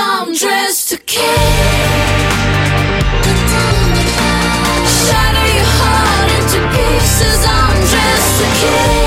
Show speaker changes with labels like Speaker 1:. Speaker 1: I'm dressed to kill. Shatter your heart into pieces. I'm dressed to kill.